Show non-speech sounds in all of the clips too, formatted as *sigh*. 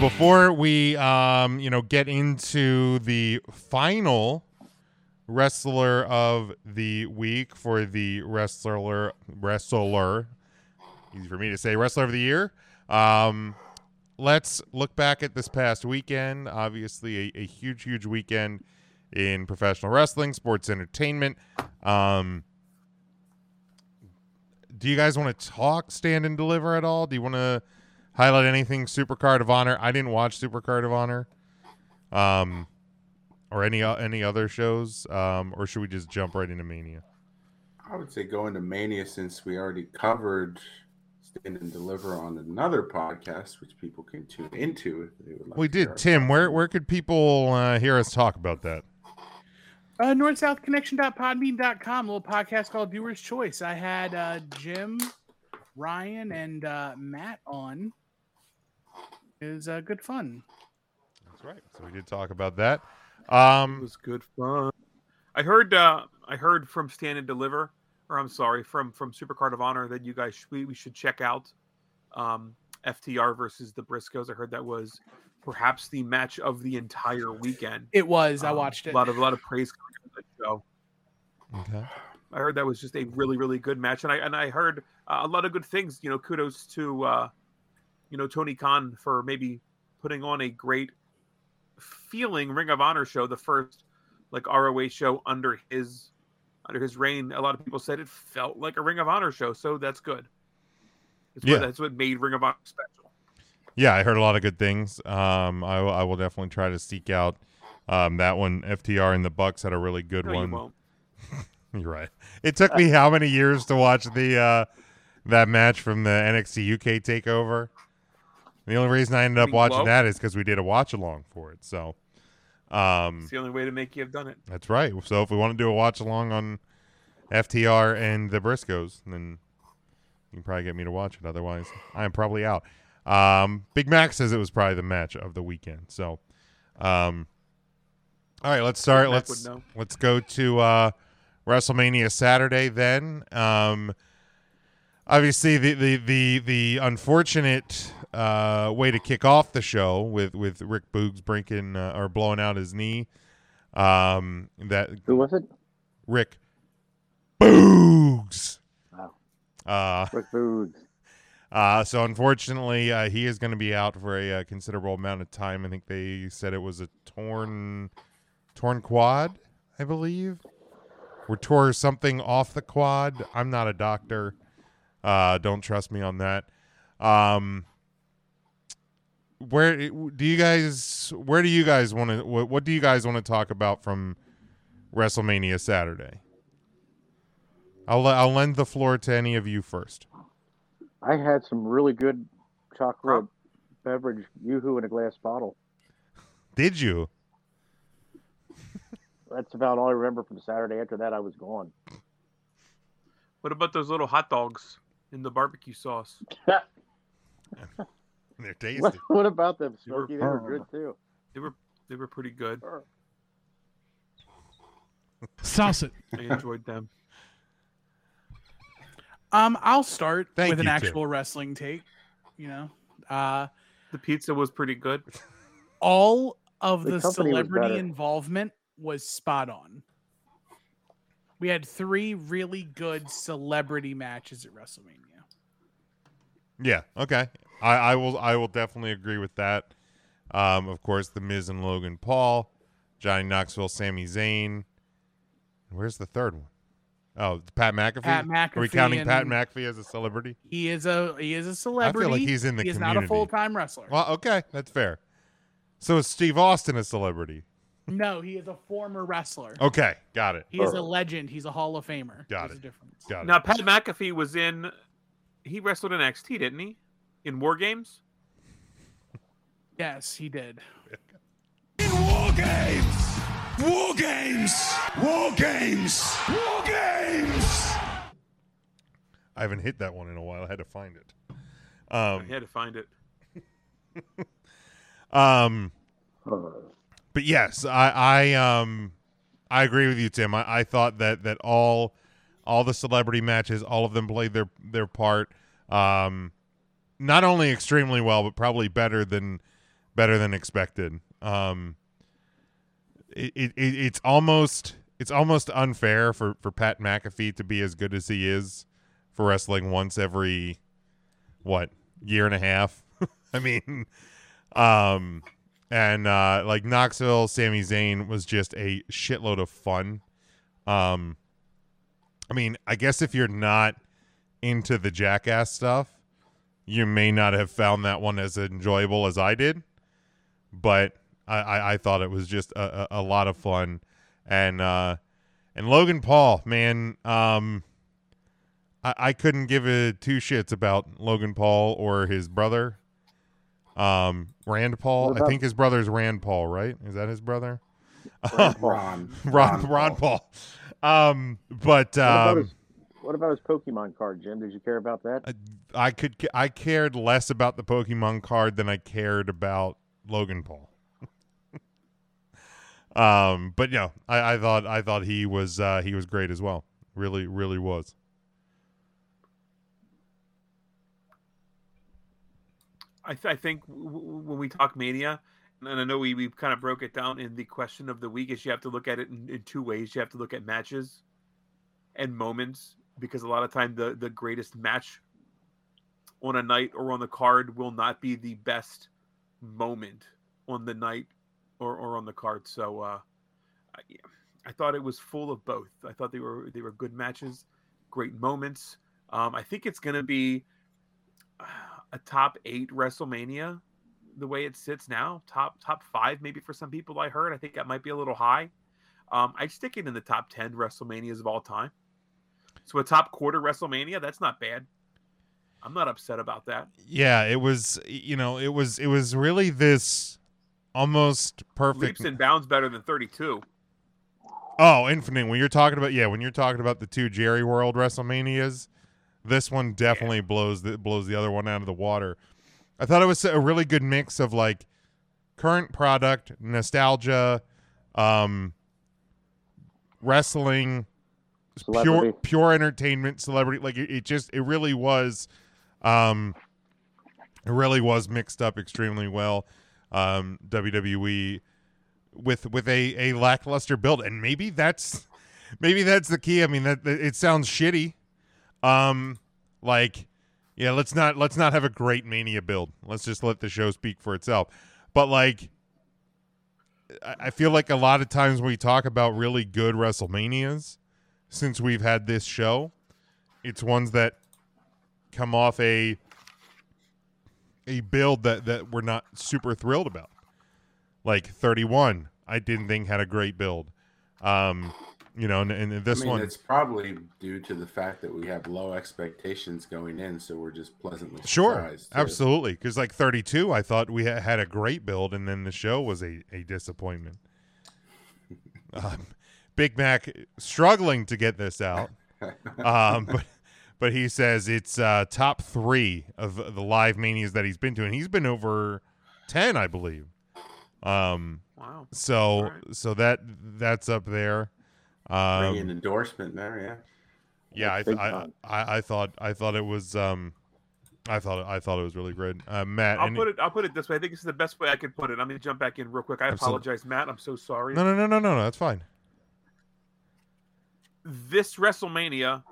before we, um, you know, get into the final wrestler of the week for the wrestler wrestler, easy for me to say, wrestler of the year. Um, let's look back at this past weekend. Obviously, a, a huge, huge weekend in professional wrestling, sports entertainment. Um, do you guys want to talk stand and deliver at all? Do you want to highlight anything Supercard of Honor? I didn't watch Supercard of Honor, um, or any o- any other shows, um, or should we just jump right into Mania? I would say go into Mania since we already covered Stand and Deliver on another podcast, which people can tune into if they would like. We to hear did, our- Tim. Where where could people uh, hear us talk about that? Uh, NorthSouthConnection.podbean.com, little podcast called Viewer's Choice. I had uh, Jim, Ryan, and uh, Matt on. It was uh, good fun. That's right. So we did talk about that. It Um, was good fun. I heard uh, I heard from Stand and Deliver, or I'm sorry, from from Supercard of Honor that you guys sh- we, we should check out um, FTR versus the Briscoes. I heard that was perhaps the match of the entire weekend. It was. I Um, watched it. A lot of a lot of praise coming out of that show. okay. I heard that was just a really really good match, and I and I heard uh, a lot of good things. You know, kudos to uh, you know Tony Khan for maybe putting on a great feeling Ring of Honor show, the first like ROH show under his under his reign. A lot of people said it felt like a Ring of Honor show, so that's good. It's Yeah. what, that's what made Ring of Honor special. Yeah, I heard a lot of good things. Um, I, will- I will definitely try to seek out um, that one. FTR and the Bucks had a really good No, one. you won't. You're right. It took me how many years to watch the uh, that match from the NXT UK takeover. The only reason I ended up Mean watching Glow? that is because we did a watch along for it. So, um, It's the only way to make you have done it. that's right. So if we want to do a watch along on FTR and the Briscoes, then you can probably get me to watch it. Otherwise, I am probably out. Um, Big Mac says it was probably the match of the weekend. So, um, all right, let's start. Mac Let's would know. let's go to uh, WrestleMania Saturday then. Um, obviously, the the the, the unfortunate uh, way to kick off the show with with Rick Boogs breaking uh, or blowing out his knee. Um, that Who was it? Rick Boogs. Wow. Uh, Rick Boogs. uh, so unfortunately, uh, he is going to be out for a uh, considerable amount of time. I think they said it was a torn, torn quad, I believe, or tore something off the quad. I'm not a doctor. Uh, don't trust me on that. Um, where do you guys? Where do you guys want to? What, what do you guys want to talk about from WrestleMania Saturday? I'll le- I'll lend the floor to any of you first. I had some really good chocolate beverage, yoo-hoo in a glass bottle. Did you? That's about all I remember from Saturday. After that, I *laughs* was gone. What about those little hot dogs in the barbecue sauce? They're tasty. What, *laughs* what about them, were Smokey? They were good too. They were they were pretty good. Sauce it. I enjoyed them. Um, I'll start Thank with an you, Tim. actual wrestling take. You know, uh, The pizza was pretty good. all of The the, company was celebrity better. involvement was spot on. We had three really good celebrity matches at WrestleMania. Yeah. Okay. I, I will. I will definitely agree with that. Um, of course, the Miz and Logan Paul, Johnny Knoxville, Sami Zayn. Where's the third one? Oh, Pat McAfee. Pat McAfee. Are we counting Pat and McAfee as a celebrity? He is a he is a I celebrity. feel like he's in the he is community. not a full time wrestler. well, okay, that's fair. So is Steve Austin a celebrity? no, he is a former wrestler. Okay, got it. He is a legend. He's a Hall of Famer. Oh. Got There's it. a difference. Got it. Now Pat McAfee was in he wrestled in NXT, didn't he? In War Games? Yes, he did. In war games. War games. War games. War games. I haven't hit that one in a while. I had to find it. I Um, had to find it. um, Uh, but yes, I, I um I agree with you, Tim. I, I thought that that all all the celebrity matches, all of them played their their part, um, not only extremely well, but probably better than better than expected. Um, it, it, it it's almost it's almost unfair for for Pat McAfee to be as good as he is for wrestling once every what year and a half. *laughs* I mean, um, and uh, like Knoxville, Sami Zayn was just a shitload of fun. Um, I mean, I guess if you're not into the jackass stuff, you may not have found that one as enjoyable as I did, but I, I, I thought it was just a, a, a lot of fun. And uh, and Logan Paul, man, um, I, I couldn't give a two shits about Logan Paul or his brother, um, Rand Paul. What I about- think his brother's Rand Paul, right? Is that his brother? Rand *laughs* Paul. Ron. *laughs* Ron Ron Paul. Um, but What about, um, his, what about his Pokemon card, Jim? Did you care about that? I could ca- I cared less about the Pokemon card than I cared about Logan Paul. *laughs* um, but no, I, I thought I thought he was uh, he was great as well. Really, really was. I, th- I think w- w- when we talk mania, and I know we, we kind of broke it down in the question of the week, is you have to look at it in, in two ways. You have to look at matches and moments, because a lot of time the, the greatest match on a night or on the card will not be the best moment on the night or, or on the card. So uh, I, I thought it was full of both. I thought they were they were good matches, great moments. Um, I think it's going to be *sighs* a top eight WrestleMania, the way it sits now, top top five maybe for some people. I heard. I think that might be a little high. Um, I'd stick it in the top ten WrestleManias of all time. So a top quarter WrestleMania, that's not bad. I'm not upset about that. Yeah, it was. You know, it was it was really this almost perfect. Leaps and bounds better than 32. oh, infinite. When you're talking about yeah, when you're talking about the two Jerry World WrestleManias, this one definitely blows the blows the other one out of the water. I thought it was a really good mix of like current product, nostalgia, um, wrestling, pure Celebrity. pure entertainment, celebrity. Like it, it just it really was, um, it really was mixed up extremely well. Um, WWE with with a a lackluster build, and maybe that's maybe that's the key. I mean, that that- it sounds shitty. Um, like yeah, let's not let's not have a great mania build. Let's just let the show speak for itself. But like I I feel like a lot of times when we talk about really good WrestleManias since we've had this show, it's ones that come off a a build that that we're not super thrilled about. Like 31, I didn't think had a great build. Um, you know, and, and I this mean, one it's probably due to the fact that we have low expectations going in, so we're just pleasantly Sure, surprised. too. absolutely. Because like 32, I thought we ha- had a great build, and then the show was a, a *laughs* disappointment. um, Big Mac struggling to get this out, um, *laughs* but but he says it's uh, top three of the live manias that he's been to, and he's been over ten, I believe. Um, Wow. so Alright. so that that's up there. Um, Bring an endorsement there, yeah. yeah, I, Big I, time. I I thought I thought it was um, I thought I thought it was really great. Uh, Matt, I'll any- put it. I'll put it this way. I think this is the best way I could put it. I'm gonna jump back in real quick. I Absolutely. apologize, Matt. I'm so sorry. no, no, no, no, no, no, that's fine. This WrestleMania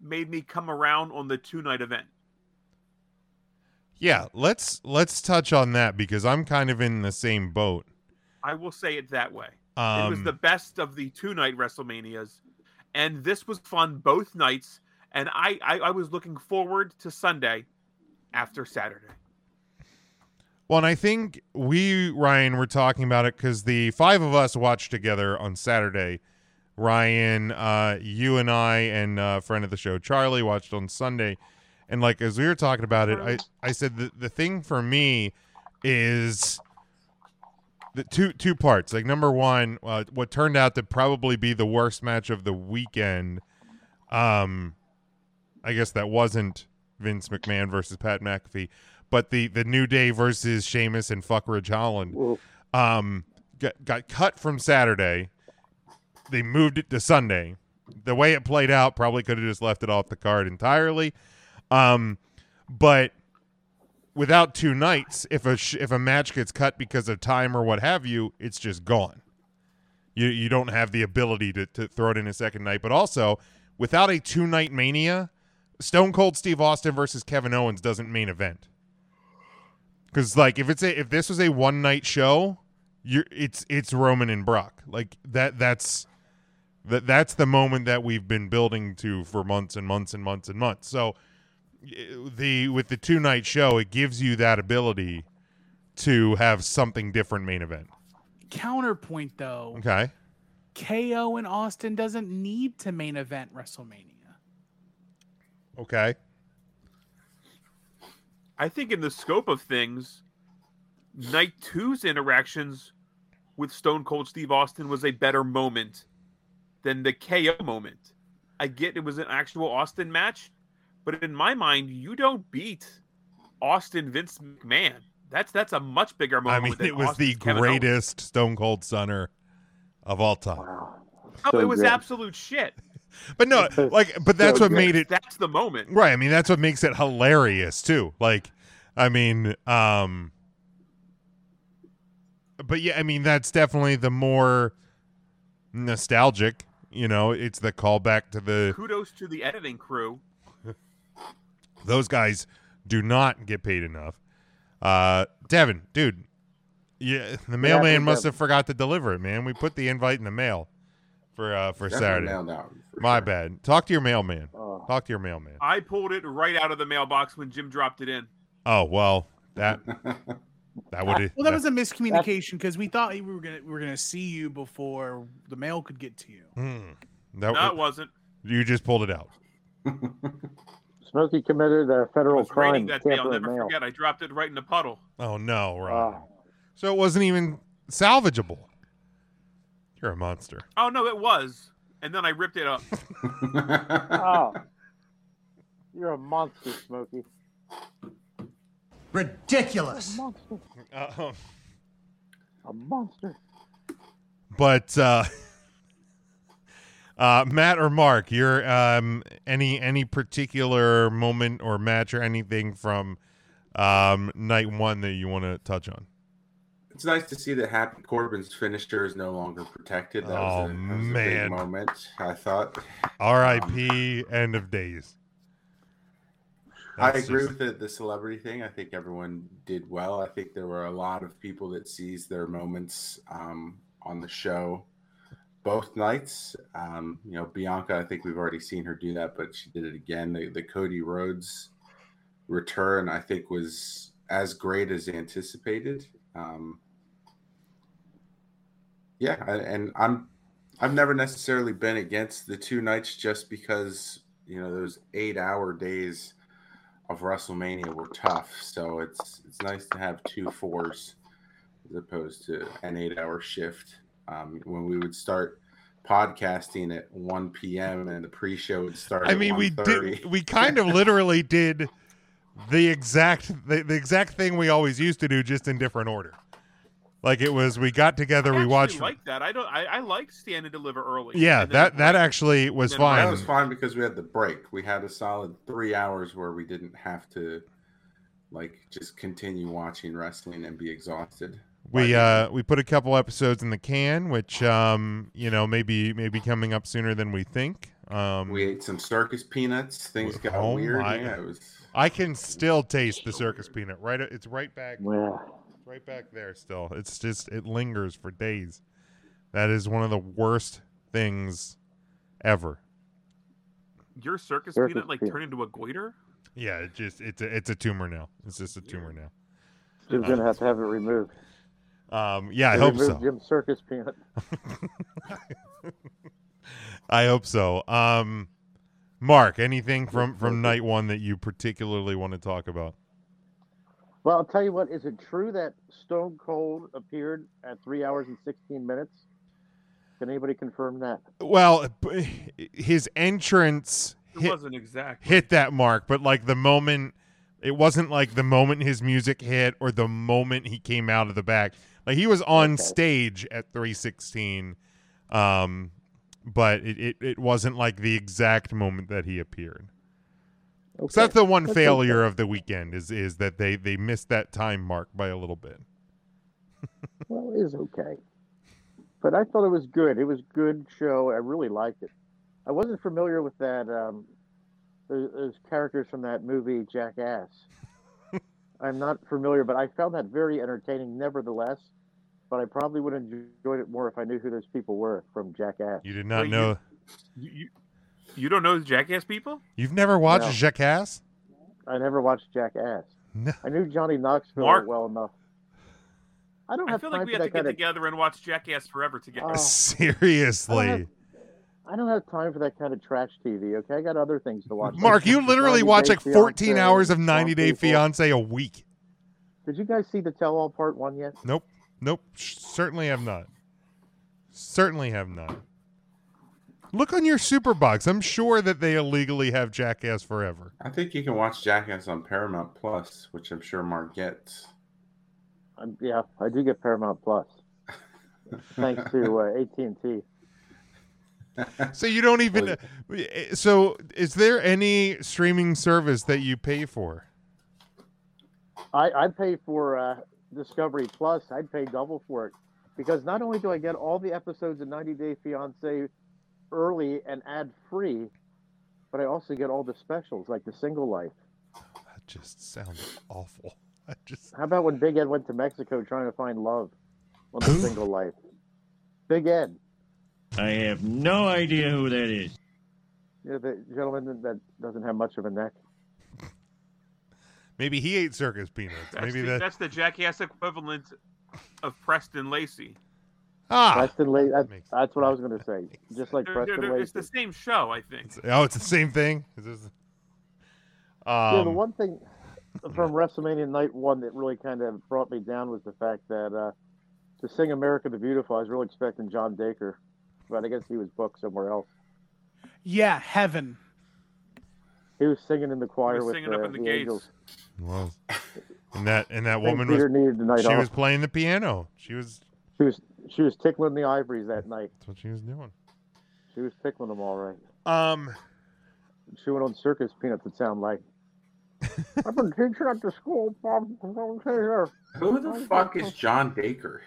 made me come around on the two night event. Yeah, let's let's touch on that because I'm kind of in the same boat. I will say it that way. Um, it was the best of the two night WrestleManias, and this was fun both nights. And I, I, I was looking forward to Sunday after Saturday. Well, and I think we, Ryan, were talking about it because the five of us watched together on Saturday. Ryan, uh, you and I, and uh, friend of the show, Charlie, watched on Sunday. And like as we were talking about it, I, I said the, the thing for me is the two two parts. Like number one, uh, what turned out to probably be the worst match of the weekend. Um, I guess that wasn't Vince McMahon versus Pat McAfee, but the the New Day versus Sheamus and Fuckridge Holland Well, um, got, got cut from Saturday. They moved it to Sunday. The way it played out, probably could have just left it off the card entirely. Um, but without two nights, if a sh- if a match gets cut because of time or what have you, it's just gone. You you don't have the ability to, to throw it in a second night. But also, without a two night mania, Stone Cold Steve Austin versus Kevin Owens doesn't main event. Because like if it's a, if this was a one night show, you it's it's Roman and Brock like that that's that that's the moment that we've been building to for months and months and months and months. So y- the with the two night show, it gives you that ability to have something different main event. Counterpoint though, Okay, KO and Austin doesn't need to main event WrestleMania. okay, I think in the scope of things, night two's interactions with Stone Cold Steve Austin was a better moment than the KO moment. I get it was an actual Austin match, but in my mind, you don't beat Austin Vince McMahon. That's that's a much bigger I moment. mean, than it was the Austin's Kevin Owens. greatest Stone Cold Stunner of all time. Wow. Oh, So it was good. absolute shit. But no, like, but that's So what good. made it That's the moment. Right. I mean, that's what makes it hilarious too. Like, I mean, um, but yeah, I mean, that's definitely the more nostalgic. You know, it's the callback to the Kudos to the editing crew. those guys do not get paid enough. Uh, Devin, dude, yeah, the mailman happened, must Devin? have forgot to deliver it, man. We put the invite in the mail for uh for Definitely Saturday. nailed out, for My sure. bad. Talk to your mailman. Oh. Talk to your mailman. I pulled it right out of the mailbox when Jim dropped it in. Oh well, that that would Well, that was a miscommunication because we thought we were gonna we were gonna see you before the mail could get to you. Mm. That, No, it wasn't. you just pulled it out. Smokey committed a It federal was crime. raining that day. tampering I'll never mail. forget. I dropped it right in the puddle. Oh no, Ron. Ah, so it wasn't even salvageable. You're a monster. Oh no, it was. And then I ripped it up. *laughs* oh. You're a monster, Smokey. Ridiculous. Monster. Uh, A monster. but uh, *laughs* uh, Matt or Mark, your um, any any particular moment or match or anything from um, night one that you want to touch on? *laughs* It's nice to see that Happy Corbin's finisher is no longer protected. That Oh, was a, that was a man. big moment. I thought. R.I.P. End of days. I That's agree just- with the, the celebrity thing. I think everyone did well. I think there were a lot of people that seized their moments um, on the show both nights. Um, you know, Bianca, I think we've already seen her do that, but she did it again. The, the Cody Rhodes return, I think, was as great as anticipated. Um, yeah, I- and I'm I've never necessarily been against the two nights just because you know those eight hour days of WrestleMania were tough. So it's it's nice to have two fours as opposed to an eight hour shift. Um, when we would start podcasting at 1 p.m. and the pre-show would start. I at mean, we 1:30. did. We kind of literally did the exact the, the exact thing we always used to do, just in different order. Like it was, we got together, I we watched. actually like that. I don't. I, I like stand and deliver early. yeah, And then that that I- actually was Then Ryan fine. That was fine because we had the break. We had a solid three hours where we didn't have to like just continue watching wrestling and be exhausted. we Right. uh we put a couple episodes in the can, which um you know maybe maybe coming up sooner than we think. Um, We ate some circus peanuts. Things got Oh weird. my- Yeah, it was. I can still taste the circus peanut. Right, uh, it's right back. Well, right back there still. It's just it lingers for days. That is one of the worst things ever. your circus, Circus peanut like peanut. turned into a goiter. Yeah, it just it's a, it's a tumor now. It's just a tumor now. Jim's Uh, going to have to have it removed. Um yeah, I They hope removed so. Jim's circus peanut. I hope so. Um Mark, anything from from night 1 that you particularly want to talk about? Well, I'll tell you what. Is it true that Stone Cold appeared at three hours and sixteen minutes? Can anybody confirm that? Well, b- his entrance It hit, wasn't exact. hit that mark, but like the moment it wasn't like the moment his music hit or the moment he came out of the back. Like he was on Okay. stage at 316. Um but it, it, it wasn't like the exact moment that he appeared. Okay. So that's the one That's failure of the weekend is is that they they missed that time mark by a little bit. Well, it is okay. But I thought it was good. It was good show. I really liked it. I wasn't familiar with that. Um, those, those characters from that movie *laughs* Jackass. I'm not familiar, but I found that very entertaining, nevertheless. But I probably would have enjoyed it more if I knew who those people were from Jackass. You did not Well, you- know. You, you, you don't know Jackass people? You, have never watched No. Jackass? I never watched Jackass. No. I knew Johnny Knoxville Mark- well enough. I don't I have feel time like we for have to that get kind of. together and watch Jackass Forever together. Oh. Seriously. I don't have- I don't have time for that kind of trash TV. Okay, I got other things to watch. Mark, you literally 90 watch Day like 14 Fiancé, hours of Strong 90 Day People. Fiance a week. Did you guys see the Tell All Part One yet? Nope. Nope. Sh- Certainly have not. Certainly have not. Look on your Superbox. I'm sure that they illegally have Jackass Forever. I think you can watch Jackass on Paramount Plus, which I'm sure Mark gets. Um, yeah, I do get Paramount *laughs* Plus, thanks to uh, AT and T. So you don't even. uh, Well, So is there any streaming service that you pay for? I I pay for uh, Discovery Plus. I'd pay double for it because not only do I get all the episodes of 90 Day Fiance early and ad free, but I also get all the specials like the Single Life. That just sounds awful. *laughs* I just How about when Big Ed went to Mexico trying to find love on Who? the Single Life? Big Ed. I have no idea who that is. You know, the gentleman that- that doesn't have much of a neck. maybe he ate circus peanuts. That's, Maybe the, that. that's the Jackass equivalent of Preston Lacey. ah. Preston Lacey. That's, makes- that's what I was going to say. Just like They're- they're- Preston they're- Lacey. it's the same show, I think. Oh, it's the same thing. Is this? yeah, the Um, one thing from WrestleMania Night One that really kind of brought me down was the fact that uh, to sing "America the Beautiful," I was really expecting John Dacre, but I guess he was booked somewhere else. Yeah, heaven. He was singing in the choir was with singing the, up in the the gates. angels. well, and that and *laughs* that I think woman was Peter needed the night she off. was playing the piano. She was She was she was tickling the ivories that night. that's what she was doing. She was tickling them all right. Um, chewing on circus peanuts. It *laughs* sound like. I've been teaching at the school, Bob. Don't say that. Who the fuck is John Baker?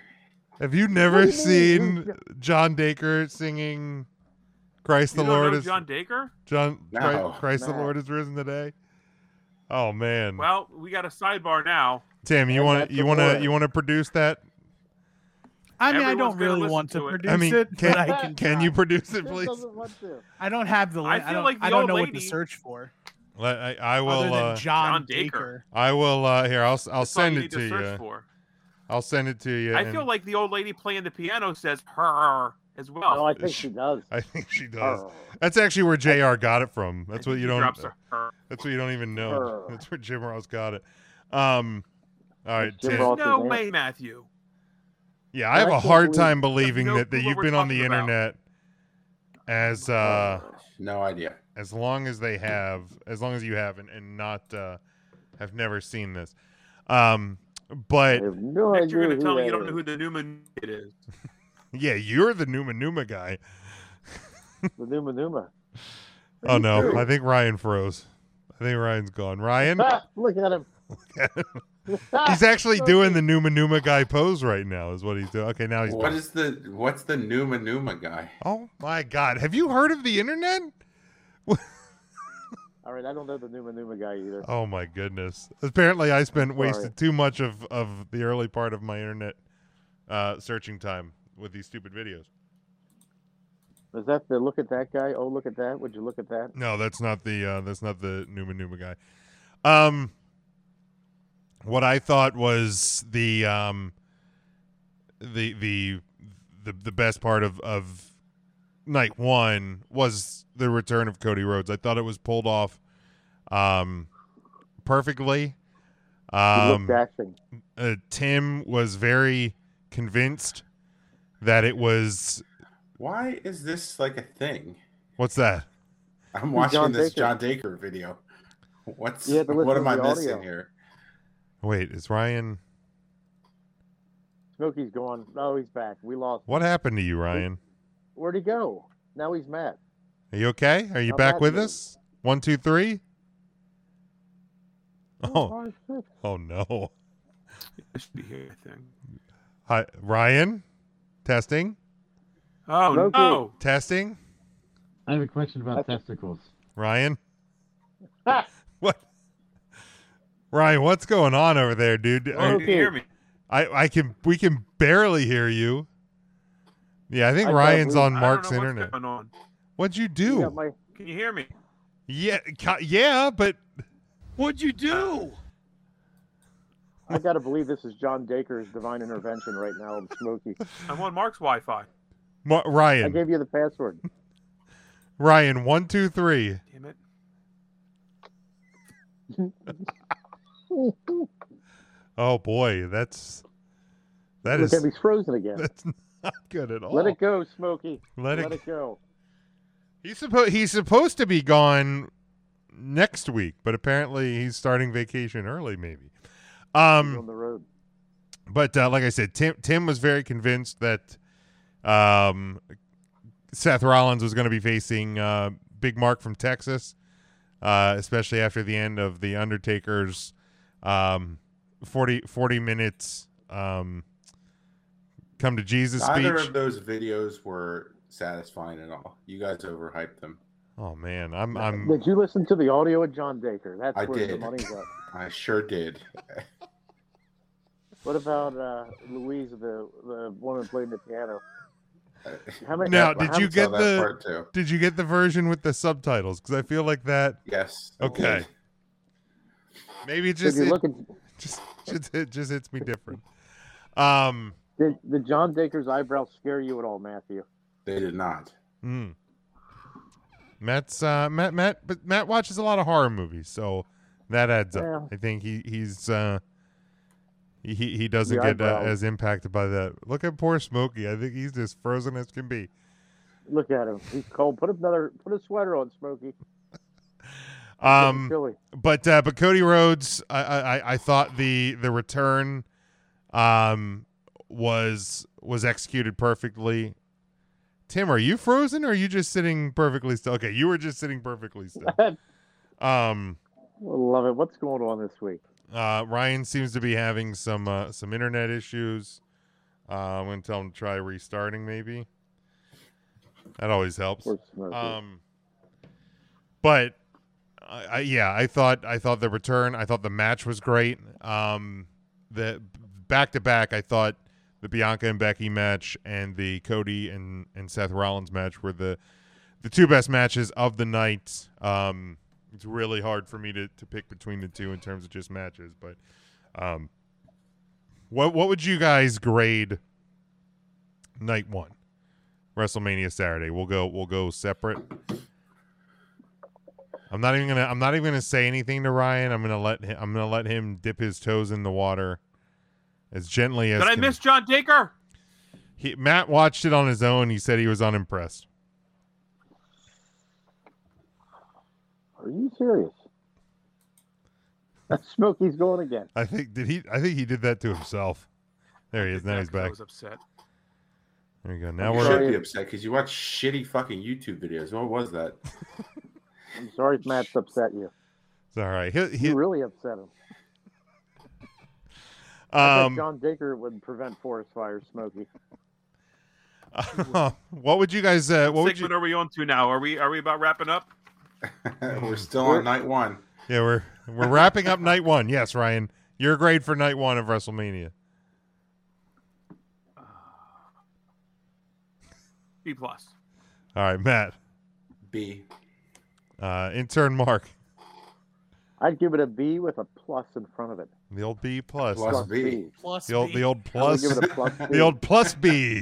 have you never What do you mean? seen John Dacre singing "Christ the You don't Lord know is John Dacre? John No. Christ, Christ the No. Lord is risen today"? Oh man, Well, we got a sidebar now. Tim, you and want that's to the you want to word. you want to produce that? I mean, Everyone's I don't gonna really listen want to, to it. I produce I mean, it, can but I can. can you produce it, Who please? doesn't want to? I don't have the. Li- I I, feel don't, like the I don't old know what to lady- search for. Let, I, I will. other than uh, John, John Dacre. Dacre. I will. Uh, here, I'll s- I'll That's all send you it need to search you. For. I'll send it to you. I and feel like the old lady playing the piano says her as well. No, I think she does. I think she does. *laughs* Arr. That's actually where Jr. got it from. That's what She you don't. drops her, her. That's what you don't even know. Arr. *laughs* That's where Jim Ross got it. Um, all right, Jim Tim. Ross- No Austin way, Matthew. Yeah, I have I a can't hard believe- time believing No that, that clue what you've we're been on the talking about. internet as Oh. uh No idea. as long as they have, as long as you have, and, and not uh, have never seen this. Um, I but have no Next, you're idea going to tell me that you don't know is. who the Newman it is. yeah, you're the Numa Numa guy. The Numa Numa. Oh no, I think Ryan froze. I think Ryan's gone. Ryan, *laughs* Ah, look *laughs* at him. *laughs* Ah. he's actually so doing cute. the Numa Numa guy pose right now. Is what he's doing. Okay, now he's. What back. is the what's the Numa Numa guy? Oh my God! Have you heard of the internet? All right, I don't know the Numa Numa guy either. Oh my goodness! Apparently, I spent Sorry. wasted too much of of the early part of my internet uh, searching time with these stupid videos. Oh. Is that the look at that guy? Oh, look at that. Would you look at that? No, that's not the uh, that's not the Numa Numa guy. Um, what I thought was the um, the the the the best part of of night one was the return of Cody Rhodes. I thought it was pulled off um, perfectly. He Um, looked dashing. uh, Tim was very convinced that it was Why is this like a thing? what's that? I'm watching John this Dacre. John Dacre video. What's You have to listen what am to I the missing audio. here? Wait, is Ryan? Smokey's gone. Oh, he's back. We lost. What happened to you, Ryan? Where'd he go? Now he's mad. Are you okay? Are you I'm back not with doing- us? One, two, three. Oh, oh no. This should be here, I think. Hi, Ryan. Testing. Oh No, no! Testing. I have a question about testicles. Ryan. what? Ryan, what's going on over there, dude? Oh, Are- you hear me? I, I can we can barely hear you. Yeah, I think I thought Ryan's we- on I don't Mark's know what's internet. going on. What'd you You do? got my- Can you hear me? Yeah, ca- yeah, but What'd you do? I got to believe this is John Dacre's divine intervention right now. I'm smoky. I'm on Mark's Wi-Fi. Ma- I Ryan, gave you the password. Ryan, one, two, three. Damn it! Oh boy, that's that Look is at him, he's frozen *laughs* again. that's not good at all. Let it go, Smokey. Let it- go. He's supposed he's supposed to be gone next week, but apparently he's starting vacation early, maybe. He's Um, on the road. but uh, like I said, Tim Tim was very convinced that um, Seth Rollins was going to be facing uh, Big Mark from Texas, uh, especially after the end of the Undertaker's um, 40, 40 minutes um, come to Jesus Neither speech. of those videos were satisfying at all. You guys overhyped them. Oh man, I'm I'm Did you listen to the audio of John Dacre? That's I where the did. money's at. I sure did. What about uh, Louise, the the woman playing the piano? *laughs* How many? Now, how did many- you get Saw that the- part too. Did you get the version with the subtitles? Because I feel like that Yes. Okay. did. maybe it Did just you it look at? just *laughs* just it just hits me different. Um, Did, did John Dacre's eyebrows scare you at all, Matthew? They did not. mm. Matt's uh, Matt Matt but Matt watches a lot of horror movies, so that adds up. Yeah. I think he he's uh, he he he doesn't The get uh, eyebrows. as impacted by that. Look at poor Smokey. I think he's just frozen as can be. Look at him. He's cold. Put another. Put a sweater on, Smokey. It's getting Um, chilly. but uh, but Cody Rhodes, I, I I- I thought the the return, um, was was executed perfectly. Tim, are you frozen or are you just sitting perfectly still? Okay, you were just sitting perfectly still. Um, Love it. What's going on this week? uh, Ryan seems to be having some uh, some internet issues. Uh, I'm gonna tell him to try restarting maybe. That always helps. Poor Smokey. Um, but I, I, yeah, I thought I thought the return. I thought the match was great. Um, the back to back, I thought the Bianca and Becky match and the Cody and and Seth Rollins match were the the two best matches of the night. Um, it's really hard for me to, to pick between the two in terms of just matches, but um, what what would you guys grade night one? WrestleMania Saturday. We'll go we'll go separate. I'm not even gonna I'm not even gonna say anything to Ryan. I'm gonna let him I'm gonna let him dip his toes in the water as gently as Did I can- miss John Dacre? he, Matt watched it on his own. He said he was unimpressed. Are you serious? *laughs* Smokey's going again. I think did he I think he did that to himself. There he is. Now he's I back. was upset. There we go. Now you we're should be upset because you watch shitty fucking YouTube videos. What was that? *laughs* I'm sorry if Matt's upset you. it's all right. He, he, You really upset him. I *laughs* bet um, John Dacre would prevent forest fires, Smokey. what would you guys uh, what What would you segment are we on to now? Are we are we about wrapping up? We're still on night one. Yeah, we're we're wrapping up night one. Yes, Ryan, your grade for night one of WrestleMania. B plus. All right, Matt, *laughs* B. uh, intern Mark, I'd give it a B with a plus in front of it. the old B plus, Plus B. Plus the old B. the old I would plus, give it a *laughs* plus B. the old plus *laughs* B.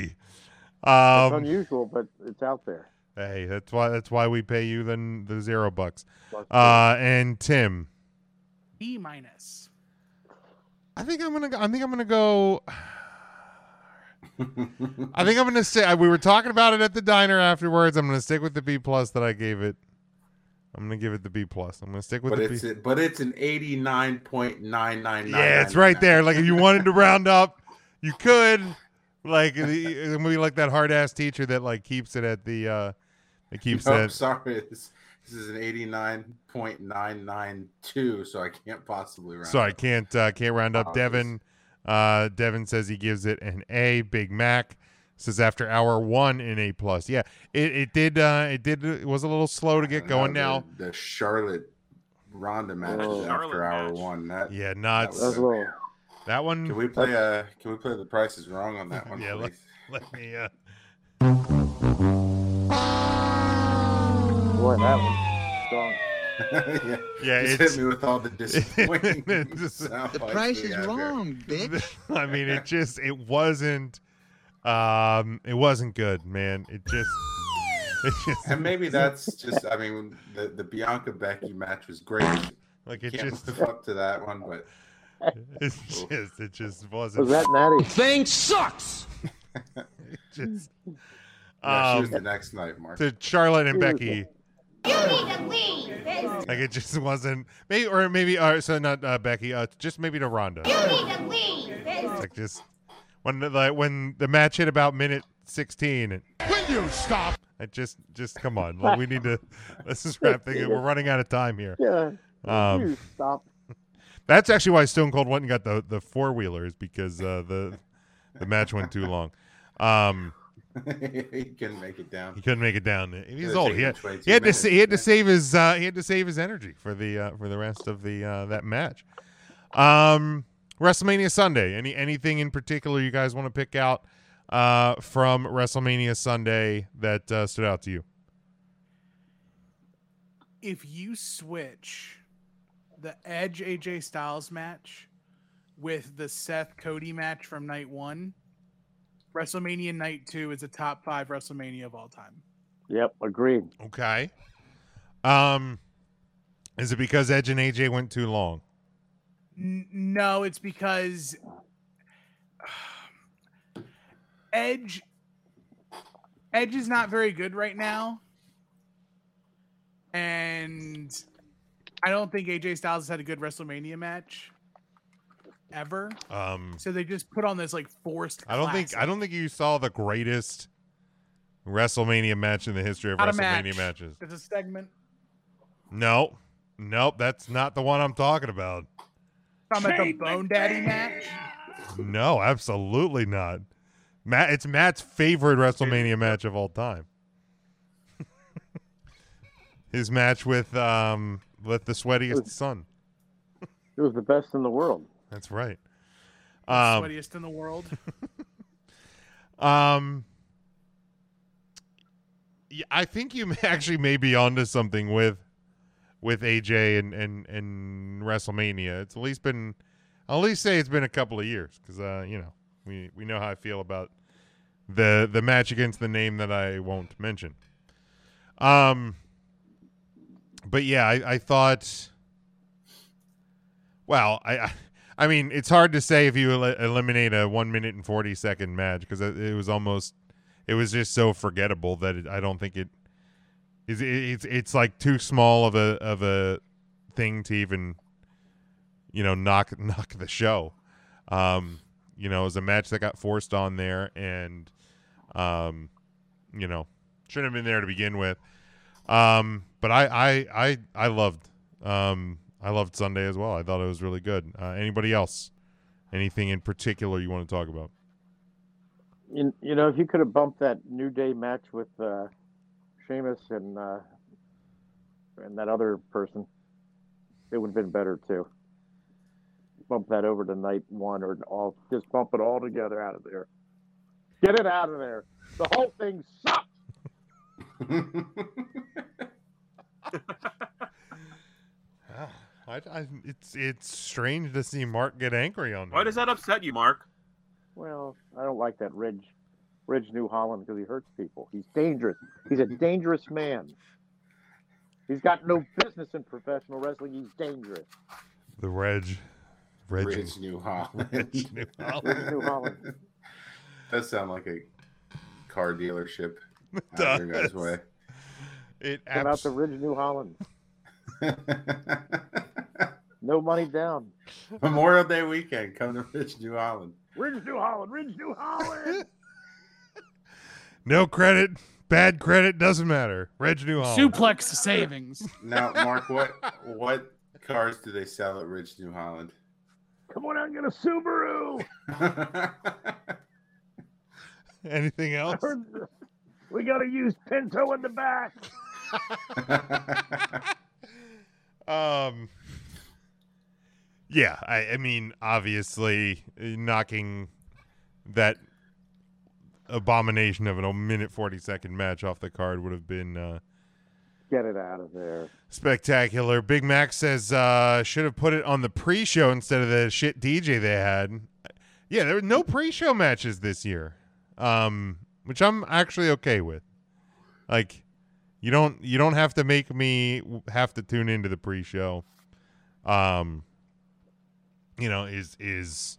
it's Um, unusual, but it's out there. hey, that's why that's why we pay you the the zero bucks. Plus B. Uh, and Tim, B minus. I think I'm gonna go- I think I'm gonna go. I think I'm gonna say we were talking about it at the diner afterwards. I'm gonna stick with the B plus that I gave it. I'm gonna give it the B plus. I'm gonna stick with But the B. it's a, but it's an eighty nine point nine nine nine. Yeah, it's right there. Like if you wanted *laughs* to round up, you could. Like the- it would be like that hard ass teacher that like keeps it at the uh It keeps No, that. sorry, this, this is an eighty-nine point nine nine two, so I can't possibly round. So I up. can't uh, can't round up. Wow, Devin, uh, Devin says he gives it an A. Big Mac says after hour one an A plus. Yeah, it, it did uh, it did it was a little slow to I get know, going the- now. The Charlotte Ronda match Oh. is after Charlotte hour match. one. That Yeah, that nuts. That's was a little. That Can one. we play? Uh, can we play the Price is Wrong *laughs* on that one? Yeah, let- please? *laughs* Let me. Uh, Boy, that one's strong. *laughs* yeah, yeah, just it's. hit me with all the disappointing. *laughs* *laughs* It's- sound The bites price we is have here. wrong, bitch. *laughs* I mean, it just it wasn't. Um, it wasn't good, man. It just. It just And maybe that's just. I mean, the the Bianca Becky match was great. like it Can't just live up to that one, but it's just it just wasn't. Was that Natty? Thing sucks. it *laughs* just. yeah, she was Um, the next night, Mark. to Charlotte and She was Becky. You need to leave. There's- Like it just wasn't maybe or maybe uh, so not uh, Becky, uh, just maybe to Ronda. You need to leave. There's- Like just when the, like when the match hit about minute sixteen, it, Will you stop? it just just come on, like we need to *laughs* let's just wrap things. *laughs* up. We're running out of time here. Yeah. Um, you stop. that's actually why Stone Cold went and got the the four wheelers because uh, the the match went too long. Um, *laughs* he couldn't make it down. he couldn't make it down. He was Could've old. taken He had, he had to 22 minutes, sa- *laughs* he had to man. save his uh, he had to save his energy for the uh, for the rest of the uh, that match. Um, WrestleMania Sunday. Any anything in particular you guys want to pick out uh, from WrestleMania Sunday that uh, stood out to you? if you switch the Edge AJ Styles match with the Seth Cody match from night one, WrestleMania night two is a top five WrestleMania of all time. Yep, agreed. Okay. Um, is it because Edge and AJ went too long? N- no, it's because *sighs* Edge Edge is not very good right now. And I don't think AJ Styles has had a good WrestleMania match ever. Um, So they just put on this like forced. I don't think I don't think you saw the greatest WrestleMania match in the history of Not a WrestleMania match. matches. It's a segment. No. Nope, that's not the one I'm talking about. Talking about the Bone Daddy match. No, absolutely not. Matt it's Matt's favorite WrestleMania match of all time. *laughs* His match with um with the sweatiest son. It was the best in the world. That's right. Um Sweatiest in *laughs* the world. um yeah, I think you *laughs* may- actually may be onto something with with AJ and and and WrestleMania. It's at least been I'll at least say it's been a couple of years because uh, you know we we know how I feel about the the match against the name that I won't mention. Um, but yeah, I, I thought. Well, I, I I mean it's hard to say if you el- eliminate a one minute and forty second match because it, it was almost it was just so forgettable that it, I don't think it is it's it's like too small of a of a thing to even you know knock *laughs* knock the show um you know it was a match that got forced on there and um you know shouldn't have been there to begin with um but i i i, I loved um i loved sunday as well i thought it was really good uh, anybody else anything in particular you want to talk about You, you know, if you could have bumped that New Day match with uh, Sheamus and uh, and that other person, it would have been better too. Bump that over to night one, or all just bump it all together out of there. Get it out of there. The whole thing sucks. Ah, I, I, it's it's strange to see mark get angry on Why does that upset you, Mark? Well, I don't like that Ridge, Ridge New Holland because he hurts people. He's dangerous. He's a dangerous man. He's got no business in professional wrestling. He's dangerous. the reg reg Rich New Rich *laughs* Holland. New Holland. New Holland. Does sound like a car *laughs* dealership. out your does. guys' way. It Shout out to abs- Ridge New Holland. No money down. *laughs* Memorial Day weekend, come to Rich New Holland. *laughs* Ridge New Holland. Ridge New Holland. no credit Bad credit doesn't matter. Reg New Holland. Suplex the savings. Now, Mark, what what cars do they sell at Ridge, New Holland? Come on out and get a Subaru. Anything else? we got to use Pinto in the back. Um. Yeah, I, I mean, obviously, uh, knocking that abomination of an a minute forty second match off the card would have been uh, Get it out of there. spectacular. Big Mac says uh, should have put it on the pre show instead of the shit DJ they had. Yeah, there were no pre show matches this year, um, which I'm actually okay with. Like, you don't you don't have to make me w- have to tune into the pre show. Um, you know, is is